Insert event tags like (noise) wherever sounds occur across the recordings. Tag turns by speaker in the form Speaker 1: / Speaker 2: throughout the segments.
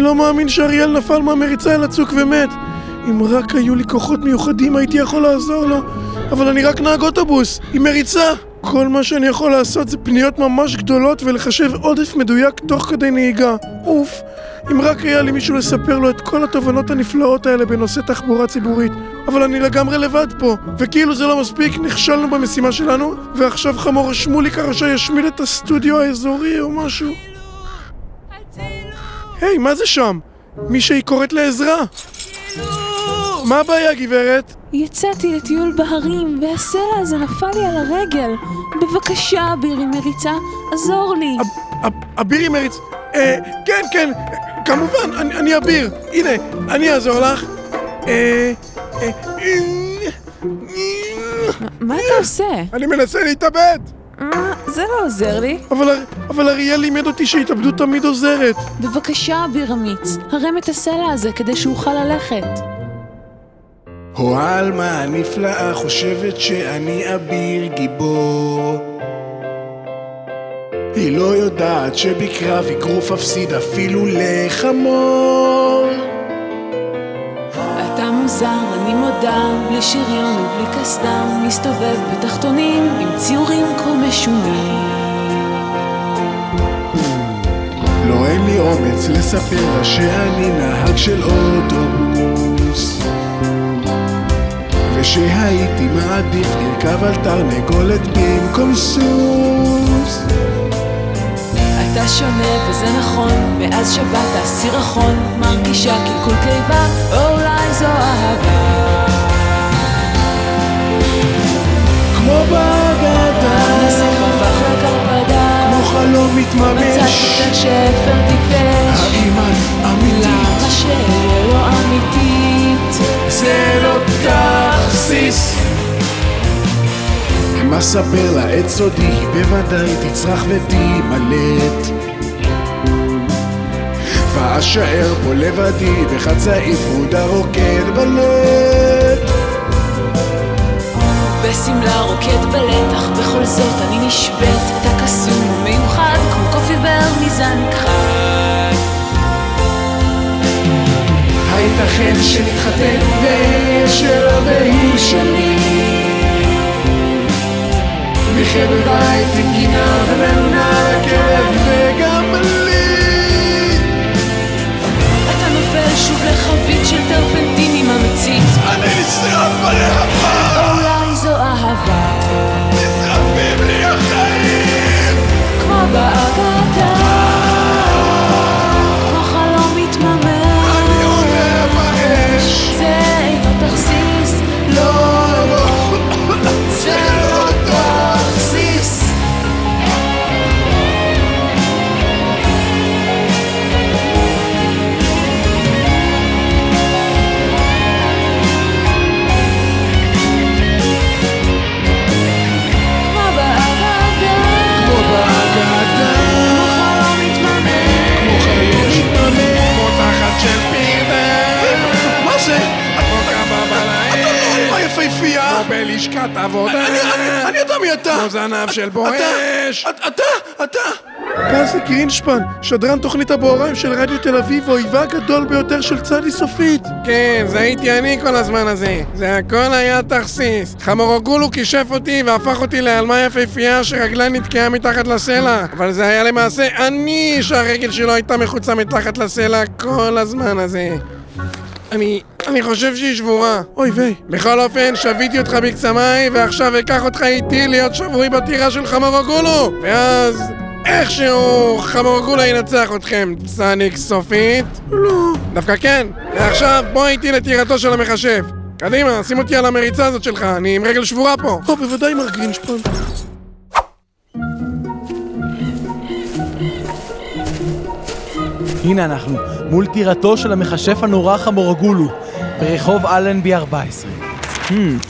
Speaker 1: לא מאמין שאריאל נפל מהמריצה אל הצוק ומת. אם רק היו לי כוחות מיוחדים הייתי יכול לעזור לו, אבל אני רק נהג אוטובוס, עם מריצה. כל מה שאני יכול לעשות זה פניות ממש גדולות ולחשב עודף מדויק תוך כדי נהיגה. אוף, אם רק היה לי מישהו לספר לו את כל התובנות הנפלאות האלה בנושא תחבורה ציבורית. אבל אני לגמרי לבד פה, וכאילו זה לא מספיק, נכשלנו במשימה שלנו, ועכשיו חמור שמוליק הרשע ישמיד את הסטודיו האזורי או משהו. היי, מה זה שם? מישהי קוראת לעזרה. מה הבעיה, גברת?
Speaker 2: יצאתי לטיול בהרים, והסלע הזה נפל לי על הרגל. בבקשה, אבירי מריצה, עזור לי.
Speaker 1: אב- אב- אבירי מריץ... אה, כן, כן, אה, כמובן, אני, אני אביר. הנה, אני אעזור לך. אה, אה,
Speaker 2: מה אתה עושה?
Speaker 1: אני מנסה להתאבד!
Speaker 2: אה, זה לא עוזר לי.
Speaker 1: אבל, הר- אבל אריאל לימד אותי שהתאבדות תמיד עוזרת.
Speaker 2: בבקשה, אביר אמיץ, הרם את הסלע הזה כדי שאוכל ללכת.
Speaker 3: הו עלמה הנפלאה חושבת שאני אביר גיבור. היא לא יודעת שבקרב אגרוף אפסיד אפילו לחמור.
Speaker 2: אתה מוזר, אני מודה, בלי שריון ובלי קסדה, מסתובב בתחתונים עם ציורים כה משונים.
Speaker 3: לא אין לי אומץ לספר לה שאני נהג של אוטובוס. ושהייתי מעדיף לרכב על תרנגולת במקום סוס.
Speaker 2: אתה שונה וזה נכון, מאז שבאת הסירחון, מרגישה קלקול קיבה, או אולי זו אהבה.
Speaker 3: כמו באגדה,
Speaker 2: זה כבר הפך לקרפדה,
Speaker 3: כמו חלום
Speaker 2: מצאת
Speaker 3: לא מתממש.
Speaker 2: יותר שאפר טיפש,
Speaker 3: האם את אמיתית?
Speaker 2: למה שאהיה לא אמיתית?
Speaker 3: זה לא תכסיס. מה ספר לה את סודי, היא בוודאי תצרח ותימלט. ואשאר פה לבדי, בחצאי פרודה רוקד בלט.
Speaker 2: בשמלה רוקד בלט, אך בכל זאת אני נשבית, אתה קסום ומיוחד, כמו קוף עיוור מזן כחד.
Speaker 3: הייתכן שנתחתן ואהיה שלה והיא שלי. נחיה בבית עם גינה ומלונה לכלב וגם לי.
Speaker 2: אתה נופל שוב לחבית של טרפנטין עם המצית,
Speaker 3: אני נשרף בלהבה,
Speaker 2: אולי זו אהבה,
Speaker 3: נשרפים לי החיים!
Speaker 2: כמו באגדה, כמו חלום מתממש.
Speaker 3: אני עולה באש!
Speaker 2: זה אינו תכסיס,
Speaker 3: לא, (laughs) לא,
Speaker 2: זה
Speaker 3: לא
Speaker 2: תכסיס. כמו באגדה,
Speaker 3: כמו בהגדה, כמו חלום מתממש, כמו תחת של פרדה.
Speaker 1: מה זה?
Speaker 3: את לא קמה בלילה,
Speaker 1: מה יפהפייה?
Speaker 3: כמו בלשכת עבודה,
Speaker 1: אני- אני יודע מי אתה!
Speaker 3: כמו זנב של בואש.
Speaker 1: אתה! אתה! אתה! פזי גרינשפן, שדרן תוכנית הבוהריים של רדיו תל אביב, האויבה הגדול ביותר של צדי סופית.
Speaker 3: כן, זה הייתי אני כל הזמן הזה. זה הכל היה תכסיס. חמורוגולו כישף אותי והפך אותי לעלמה יפהפייה שרגלה נתקעה מתחת לסלע. אבל זה היה למעשה אני שהרגל שלו הייתה מחוצה מתחת לסלע כל הזמן הזה. אני... אני חושב שהיא שבורה.
Speaker 1: אוי ויי.
Speaker 3: בכל אופן, שביתי אותך בקצמיי, ועכשיו אקח אותך איתי להיות שבוי בטירה של חמורוגולו! ואז... איכשהו חמורוגולו ינצח אתכם, צניק סופית.
Speaker 1: לא.
Speaker 3: דווקא כן. ועכשיו בוא איתי לטירתו של המכשף. קדימה, שים אותי על המריצה הזאת שלך, אני עם רגל שבורה פה.
Speaker 1: או, בוודאי מר גרינשפן.
Speaker 4: הנה אנחנו, מול טירתו של המכשף הנורא חמורגולו, ברחוב אלנבי 14.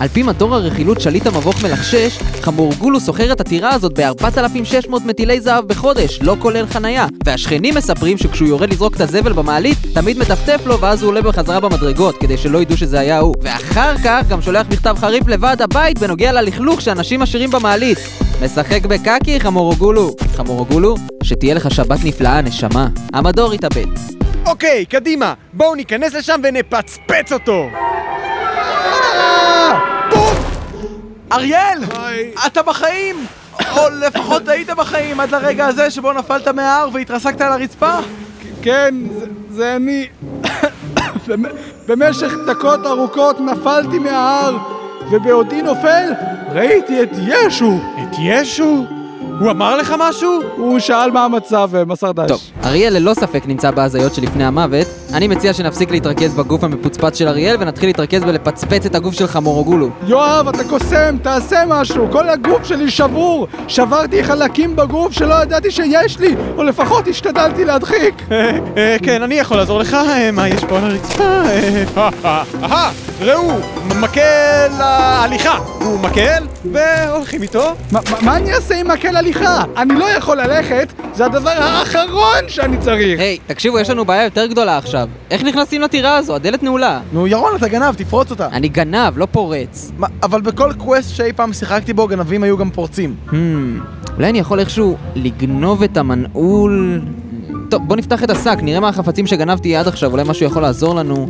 Speaker 5: על פי מדור הרכילות שליט המבוך מלך 6, חמורגולו שוכר את הטירה הזאת ב-4,600 מטילי זהב בחודש, לא כולל חנייה. והשכנים מספרים שכשהוא יורד לזרוק את הזבל במעלית, תמיד מטפטף לו ואז הוא עולה בחזרה במדרגות, כדי שלא ידעו שזה היה הוא. ואחר כך גם שולח מכתב חריף לוועד הבית בנוגע ללכלוך שאנשים משאירים במעלית. משחק בקקי, חמורגולו. חמורגולו, שתהיה לך שבת נפלאה, נשמה. המדור התאבד.
Speaker 6: אוקיי, קדימה, בואו ניכנס לשם ונפצפץ אותו!
Speaker 4: אריאל! אתה בחיים! או לפחות היית בחיים עד לרגע הזה שבו נפלת מההר והתרסקת על הרצפה?
Speaker 7: כן, זה, זה אני. במ- במשך דקות ארוכות נפלתי מההר, ובעודי נופל, ראיתי את ישו.
Speaker 6: את ישו? הוא אמר לך משהו?
Speaker 7: הוא שאל מה המצב ומסר דש.
Speaker 5: טוב, אריאל ללא ספק נמצא בהזיות שלפני המוות. אני מציע שנפסיק להתרכז בגוף המפוצפץ של אריאל ונתחיל להתרכז בלפצפץ את הגוף של חמורוגולו.
Speaker 7: יואב, אתה קוסם, תעשה משהו. כל הגוף שלי שבור. שברתי חלקים בגוף שלא ידעתי שיש לי, או לפחות השתדלתי להדחיק.
Speaker 6: אה, כן, אני יכול לעזור לך, אה, מה יש פה על הרצפה? אה, אה, אה, אהה, ראו, מ- מקל ההליכה. הוא מקל, והולכים איתו.
Speaker 7: מה- מה- מה אני אעשה עם מקל הליכה? אני לא יכול ללכת, זה הדבר האחרון שאני צריך.
Speaker 5: היי, תקשיבו, יש לנו בעיה יותר גדולה עכשיו. איך נכנסים לטירה הזו? הדלת נעולה.
Speaker 4: נו, ירון, אתה גנב, תפרוץ אותה.
Speaker 5: אני גנב, לא פורץ.
Speaker 4: מה, אבל בכל קווסט שאי פעם שיחקתי בו, גנבים היו גם פורצים.
Speaker 5: Hmm, אולי אני יכול איכשהו לגנוב את המנעול... טוב, בוא נפתח את השק, נראה מה החפצים שגנבתי עד עכשיו, אולי משהו יכול לעזור לנו.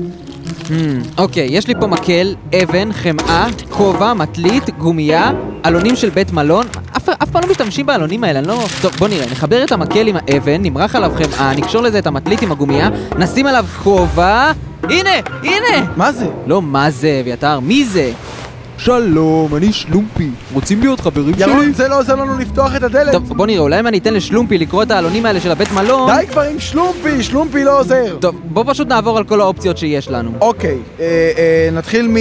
Speaker 5: Hmm, אוקיי, יש לי פה מקל, אבן, חמאה, כובע, מטלית, גומייה, עלונים של בית מלון. אף, אף פעם לא משתמשים בעלונים האלה, אני לא... טוב, בוא נראה. נחבר את המקל עם האבן, נמרח עליו חמאה, נקשור לזה את המטלית עם הגומייה, נשים עליו כובע... הנה! הנה!
Speaker 4: מה זה?
Speaker 5: לא מה זה, אביתר, מי זה? שלום, אני שלומפי. רוצים להיות חברים
Speaker 4: ירון, זה לא עוזר לנו לפתוח את הדלת.
Speaker 5: טוב, בוא נראה, אולי אם אני אתן לשלומפי לקרוא את העלונים האלה של הבית מלון...
Speaker 4: די כבר עם שלומפי, שלומפי לא עוזר.
Speaker 5: טוב, בוא פשוט נעבור על כל האופציות שיש לנו.
Speaker 4: אוקיי, אה, אה, נתחיל מ...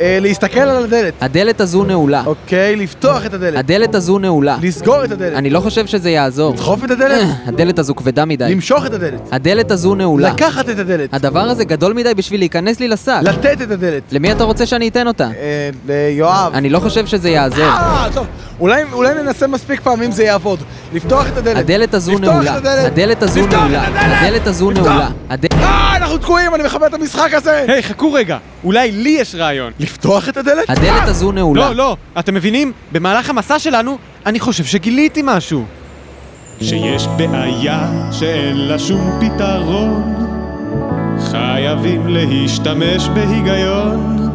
Speaker 4: אה, להסתכל על הדלת.
Speaker 5: הדלת הזו נעולה.
Speaker 4: אוקיי, לפתוח את הדלת.
Speaker 5: הדלת הזו נעולה.
Speaker 4: לסגור את הדלת.
Speaker 5: אני לא חושב שזה יעזור.
Speaker 4: לדחוף את הדלת.
Speaker 5: אה, (clears throat) הדלת הזו כבדה מדי.
Speaker 4: למשוך את הדלת.
Speaker 5: הדלת הזו נעולה.
Speaker 4: לקחת את הדלת.
Speaker 5: הדבר הזה גדול מדי בשביל להיכנס לי לשק.
Speaker 4: לתת את הדלת.
Speaker 5: למי אתה רוצה שאני אתן אותה?
Speaker 4: אה, ליואב.
Speaker 5: אני לא חושב שזה יעזור.
Speaker 4: אה, טוב, אולי, אולי ננסה מספיק פעמים זה יעבוד. לפתוח את הדלת.
Speaker 5: הדלת הזו
Speaker 4: אה. לפתוח
Speaker 5: נעולה.
Speaker 4: את הדלת.
Speaker 5: הדלת הזו
Speaker 4: לפתוח את
Speaker 5: נעולה. הדלת הזו נעולה. הדלת...
Speaker 4: אה, אנחנו תקועים, אני מכבה את המשחק הזה!
Speaker 6: היי, חכו רגע, אולי לי יש רעיון.
Speaker 4: לפתוח את הדלת?
Speaker 5: הדלת הזו נעולה.
Speaker 6: לא, לא, אתם מבינים? במהלך המסע שלנו, אני חושב שגיליתי משהו.
Speaker 8: שיש בעיה שאין לה שום פתרון חייבים להשתמש בהיגיון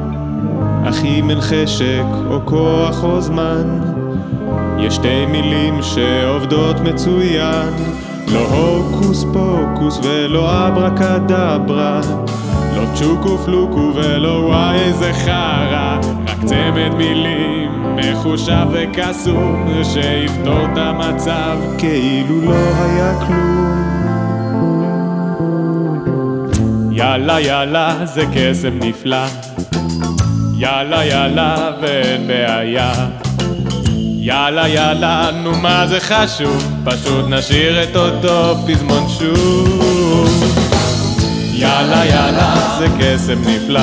Speaker 8: אך אם אין חשק או כוח או זמן יש שתי מילים שעובדות מצוין לא הוקוס פוקוס ולא אברקדברה לא צ'וקו פלוקו ולא וואי איזה חרא רק צמד מילים מחושב וקסום שיפתור את המצב כאילו לא היה כלום יאללה יאללה זה קסם נפלא יאללה יאללה ואין בעיה יאללה יאללה נו מה זה חשוב פשוט נשאיר את אותו פזמון שוב יאללה יאללה זה קסם נפלא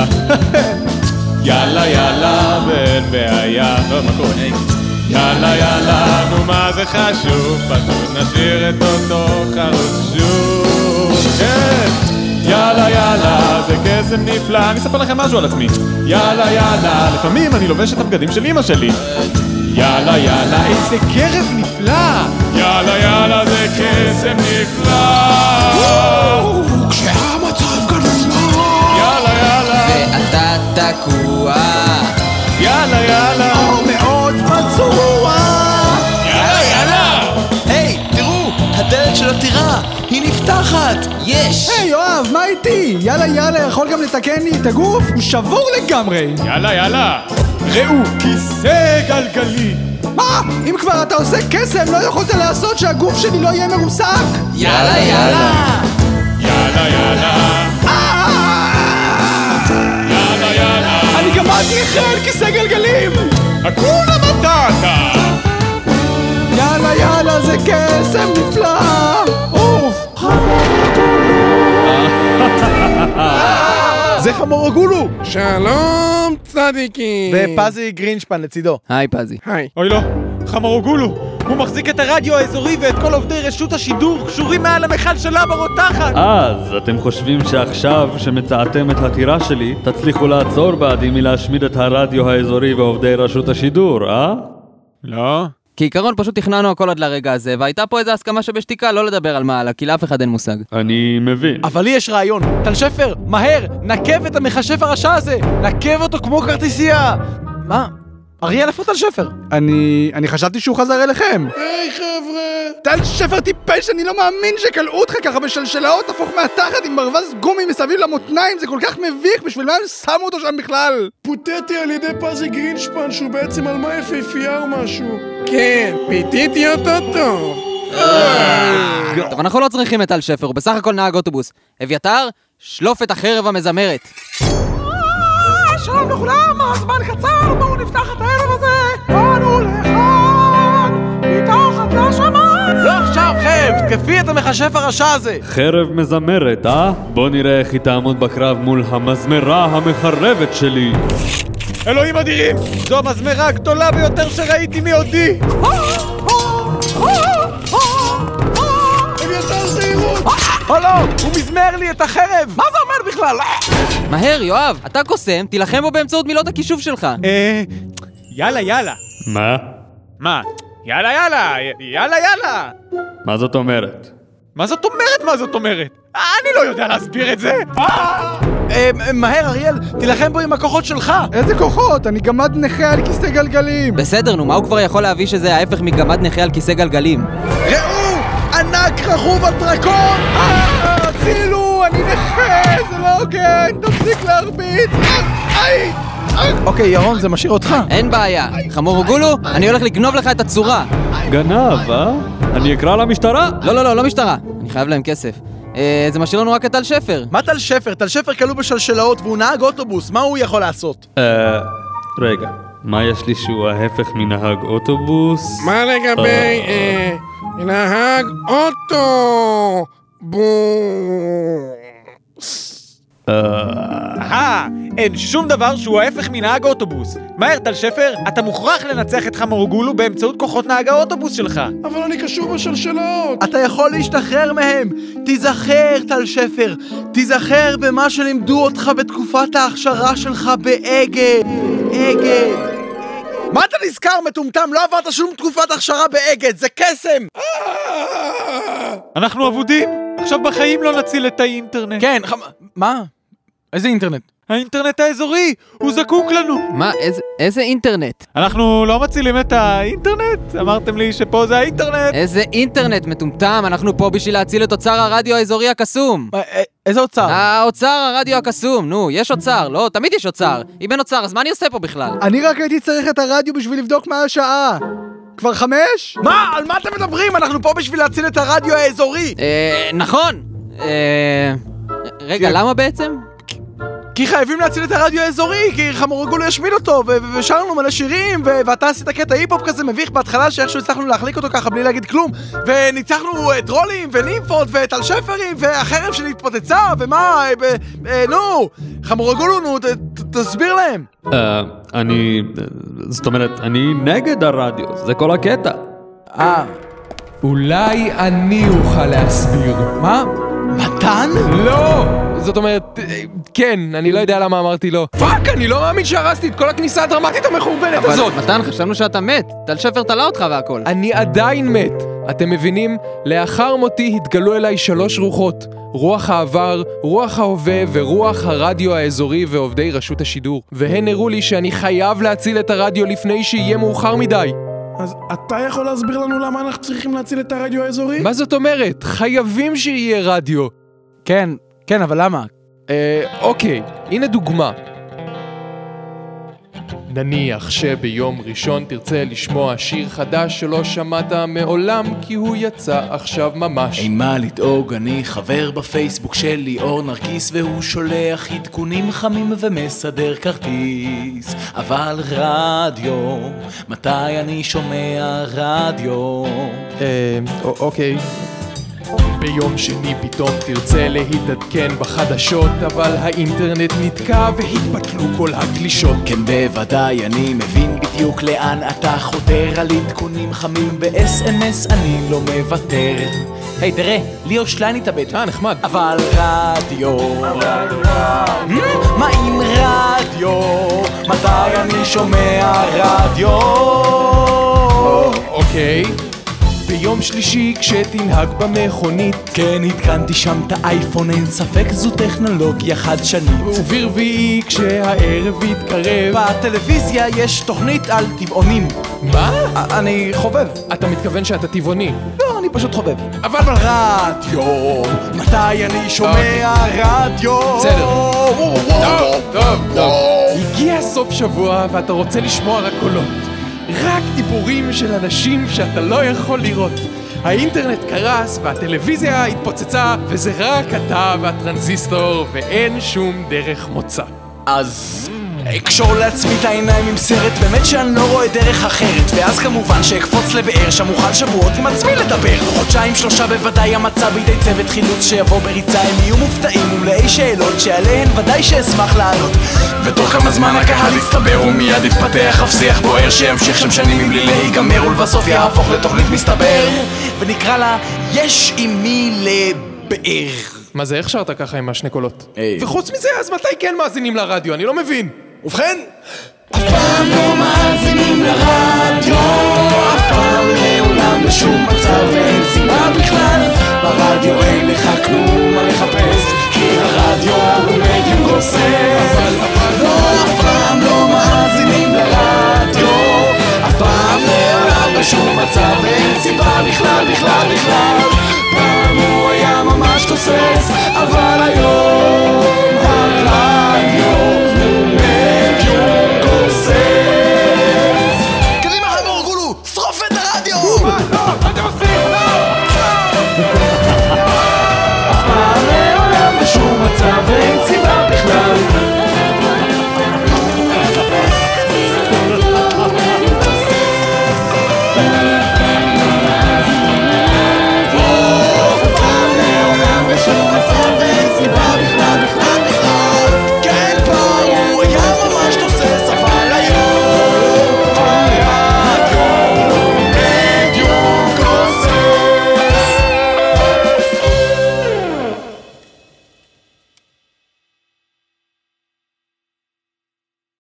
Speaker 8: יאללה יאללה ואין בעיה לא, מה קורה? יאללה יאללה נו מה זה חשוב פשוט נשאיר את אותו חלוץ שוב כן יאללה יאללה זה קסם נפלא אני אספר לכם משהו על עצמי יאללה יאללה לפעמים אני לובש את הבגדים של אמא שלי יאללה יאללה איזה קרב נפלא יאללה יאללה זה קסם נפלא יאללה יאללה
Speaker 5: ואתה תקוע.
Speaker 8: יאללה יאללה
Speaker 7: מאוד פצוע!
Speaker 8: יאללה יאללה
Speaker 4: היי, תראו, הדלת של הטירה, היא נפתחת! יש!
Speaker 7: היי יואב, מה איתי? יאללה יאללה, יכול גם לתקן לי את הגוף? הוא שבור לגמרי!
Speaker 8: יאללה יאללה ראו כיסא גלגלי
Speaker 7: מה? אם כבר אתה עושה קסם, לא יכולת לעשות שהגוף שלי לא יהיה מרוסק?
Speaker 5: יאללה יאללה!
Speaker 8: יאללה יאללה יאללה יאללה
Speaker 7: אני גמרתי אחרי על כיסא גלגלים!
Speaker 8: הכולה מטאטה
Speaker 7: יאללה יאללה, זה קסם נפלא! אוף!
Speaker 4: זה חמורוגולו!
Speaker 3: שלום צדיקים!
Speaker 7: אה.
Speaker 4: ופזי גרינשפן לצידו.
Speaker 5: היי פזי.
Speaker 3: היי.
Speaker 8: אוקיי. אה,
Speaker 6: אוי לא, חמרוגולו, הוא מחזיק את הרדיו האזורי ואת כל עובדי רשות השידור קשורים מעל המכל של למה רותחת!
Speaker 9: אז אתם חושבים שעכשיו שמצאתם את הטירה שלי, תצליחו לעצור בעדי מלהשמיד את הרדיו האזורי ועובדי רשות השידור, אה?
Speaker 8: לא
Speaker 5: כעיקרון, פשוט תכננו הכל עד לרגע הזה, והייתה פה איזו הסכמה שבשתיקה לא לדבר על מה הלאה, כי לאף אחד אין מושג.
Speaker 9: אני מבין.
Speaker 4: אבל לי יש רעיון. טל שפר, מהר, נקב את המכשף הרשע הזה! נקב אותו כמו כרטיסייה! מה? אריאל, איפה טל שפר?
Speaker 7: אני... אני חשבתי שהוא חזר אליכם.
Speaker 1: היי חבר'ה!
Speaker 7: טל שפר טיפש, אני לא מאמין שכלאו אותך ככה בשלשלאות, תפוך מהתחת עם ברווז גומי מסביב למותניים, זה כל כך מביך, בשביל מה שמו אותו שם בכלל?
Speaker 1: פוטטי על ידי פזי גרינשפן שהוא בעצם על מה יפהפייה או משהו.
Speaker 3: כן, פיתיתי אותו טוב.
Speaker 5: טוב, אנחנו לא צריכים את טל שפר, הוא בסך הכל נהג אוטובוס. אביתר, שלוף את החרב המזמרת.
Speaker 4: שלום לכולם, הזמן קצר, בואו נפתח את הערב הזה! באנו לכאן, מתחת לשמיים! לא עכשיו, חרב, תקפי את המכשף הרשע הזה!
Speaker 9: חרב מזמרת, אה? בוא נראה איך היא תעמוד בקרב מול המזמרה המחרבת שלי.
Speaker 6: אלוהים אדירים! זו המזמרה הגדולה ביותר שראיתי מעודי!
Speaker 1: אביתר זהירות!
Speaker 4: או לא, הוא מזמר לי את החרב! מה זה אומר בכלל?
Speaker 5: מהר, יואב, אתה קוסם, תילחם בו באמצעות מילות הכישוף שלך.
Speaker 6: אה... יאללה, יאללה.
Speaker 9: מה?
Speaker 6: מה? יאללה, יאללה! י- יאללה, יאללה!
Speaker 9: מה זאת אומרת?
Speaker 6: מה זאת אומרת? מה זאת אומרת? אה, אני לא יודע להסביר את זה!
Speaker 4: אה, מהר, אריאל, תילחם בו עם הכוחות שלך!
Speaker 7: איזה כוחות? אני גמד נכה על כיסא גלגלים!
Speaker 5: בסדר, נו, מה הוא כבר יכול להביא שזה ההפך מגמד נכה על כיסא גלגלים?
Speaker 7: ראו! ענק רכוב על דרקון! אה, הצילו! אני נכה! זה לא הוגן! תפסיק להרביץ! אה, איי! אה.
Speaker 4: אוקיי, ירון, זה משאיר אותך.
Speaker 5: אין בעיה. חמור גולו, אני הולך לגנוב לך את הצורה.
Speaker 9: גנב, אה? אני אקרא למשטרה?
Speaker 5: לא, לא, לא, לא משטרה. אני חייב להם כסף. אה, זה משאיר לנו רק את טל שפר.
Speaker 4: מה טל שפר? טל שפר כלוא בשלשלאות והוא נהג אוטובוס, מה הוא יכול לעשות?
Speaker 9: אה... רגע. מה יש לי שהוא ההפך מנהג אוטובוס?
Speaker 3: מה לגבי אה, נהג אוטו? בו...
Speaker 6: אהה, אין שום דבר שהוא ההפך מנהג אוטובוס. מהר, טל שפר, אתה מוכרח לנצח את חמורגולו באמצעות כוחות נהג האוטובוס שלך.
Speaker 1: אבל אני קשור בשלשלאות!
Speaker 4: אתה יכול להשתחרר מהם! תיזכר, טל שפר! תיזכר במה שלימדו אותך בתקופת ההכשרה שלך באגד! אגד! מה אתה נזכר, מטומטם? לא עברת שום תקופת הכשרה באגד, זה קסם!
Speaker 6: אנחנו אבודים, עכשיו בחיים לא נציל את האינטרנט.
Speaker 4: כן, חמ- מה? איזה אינטרנט?
Speaker 6: האינטרנט האזורי, הוא זקוק לנו.
Speaker 5: מה, איזה- איזה אינטרנט?
Speaker 6: אנחנו לא מצילים את האינטרנט? אמרתם לי שפה זה האינטרנט.
Speaker 5: איזה אינטרנט מטומטם, אנחנו פה בשביל להציל את אוצר הרדיו האזורי הקסום.
Speaker 4: מה, אה, איזה אוצר?
Speaker 5: האוצר הרדיו הקסום, נו, יש אוצר, לא, תמיד יש אוצר. אם אין אוצר, אז מה אני עושה פה בכלל?
Speaker 7: אני רק הייתי צריך את הרדיו בשביל לבדוק מה השעה! כבר חמש?
Speaker 4: מה? על מה אתם מדברים? אנחנו פה בשביל להציל את הרדיו האזורי!
Speaker 5: אה, נכון! אה...
Speaker 6: כן.
Speaker 5: רגע, למה בעצם?
Speaker 4: כי חייבים להציל את הרדיו האזורי, כי חמורגולו ישמיד אותו, ו- ו- ושרנו מלא שירים, ו- ואתה עשית קטע היפ-הופ כזה מביך בהתחלה, שאיכשהו הצלחנו להחליק אותו ככה בלי להגיד כלום, וניצחנו אה, טרולים, ונימפות, וטל שפרים, והחרב שלי התפוצצה, ומה, אה, ב- אה, נו, חמורגולו, נו, ת- ת- תסביר להם.
Speaker 9: אה, אני... זאת אומרת, אני נגד הרדיו, זה כל הקטע.
Speaker 4: אה,
Speaker 10: אולי אני אוכל להסביר. מה?
Speaker 4: מתן?
Speaker 10: לא! זאת אומרת, אה, כן, אני לא יודע למה אמרתי לא. פאק, אני לא מאמין שהרסתי את כל הכניסה הדרמטית המחורבנת הזאת!
Speaker 5: מתן, חשבנו שאתה מת. טל שפר תלה אותך והכל.
Speaker 10: אני עדיין מת. אתם מבינים? לאחר מותי התגלו אליי שלוש רוחות. רוח העבר, רוח ההווה ורוח הרדיו האזורי ועובדי רשות השידור. והן הראו לי שאני חייב להציל את הרדיו לפני שיהיה מאוחר מדי.
Speaker 1: אז אתה יכול להסביר לנו למה אנחנו צריכים להציל את הרדיו האזורי?
Speaker 10: מה זאת אומרת? חייבים שיהיה רדיו.
Speaker 4: כן, כן, אבל למה?
Speaker 10: אה, אוקיי, הנה דוגמה. נניח שביום ראשון תרצה לשמוע שיר חדש שלא שמעת מעולם כי הוא יצא עכשיו ממש.
Speaker 11: אימה לדאוג, אני חבר בפייסבוק של ליאור נרקיס והוא שולח עדכונים חמים ומסדר כרטיס אבל רדיו, מתי אני שומע רדיו?
Speaker 10: אה, א- אוקיי. ביום שני פתאום תרצה להתעדכן בחדשות, אבל האינטרנט נתקע והתבטלו כל הגלישות.
Speaker 11: כן בוודאי, אני מבין בדיוק לאן אתה חותר על עדכונים חמים ב-SMS אני לא מוותר היי תראה, ליאור שליין התאבד
Speaker 10: אה, נחמד.
Speaker 11: אבל רדיו, Hmm? מה עם רדיו? מתי אני שומע רדיו?
Speaker 10: אוקיי. אוקיי. ביום שלישי כשתנהג במכונית
Speaker 4: כן, התקנתי שם את האייפון, אין ספק זו טכנולוגיה חדשנית
Speaker 10: וברביעי כשהערב יתקרב
Speaker 4: בטלוויזיה יש תוכנית על טבעונים
Speaker 10: מה?
Speaker 4: אני חובב
Speaker 10: אתה מתכוון שאתה טבעוני
Speaker 4: לא, אני פשוט חובב אבל ברדיו, מתי אני
Speaker 10: אוקיי.
Speaker 4: שומע רדיו?
Speaker 10: בסדר.
Speaker 4: וואו, וואו,
Speaker 10: טוב, טוב, טוב.
Speaker 4: וואו.
Speaker 10: הגיע סוף שבוע ואתה רוצה לשמוע רק קולות. רק דיבורים של אנשים שאתה לא יכול לראות. האינטרנט קרס והטלוויזיה התפוצצה וזה רק אתה והטרנזיסטור ואין שום דרך מוצא.
Speaker 4: אז אקשור לעצמי את העיניים עם סרט, באמת שאני לא רואה דרך אחרת ואז כמובן שאקפוץ לבאר, שם אוכל שבועות עם עצמי לדבר חודשיים שלושה בוודאי המצב בידי צוות חילוץ שיבוא בריצה הם יהיו מופתעים ומלאי שאלות שעליהן ודאי שאשמח לענות ותוך כמה זמן הקהל יסתבר ומיד יתפתח אף שיח בוער שימשיך שם שנים מבלי להיגמר ולבסוף יהפוך לתוכנית מסתבר ונקרא לה יש עם מי לבאר
Speaker 10: מה זה, איך שרת ככה עם השני קולות? וחוץ מזה, אז מתי כן מאזינים לרדיו? אני לא מבין. ובכן,
Speaker 4: פעם לא מאזינים לרדיו, אף פעם לעולם בשום מצב ואין סיבה בכלל. ברדיו אין לך כלום מה לחפש, כי הרדיו הוא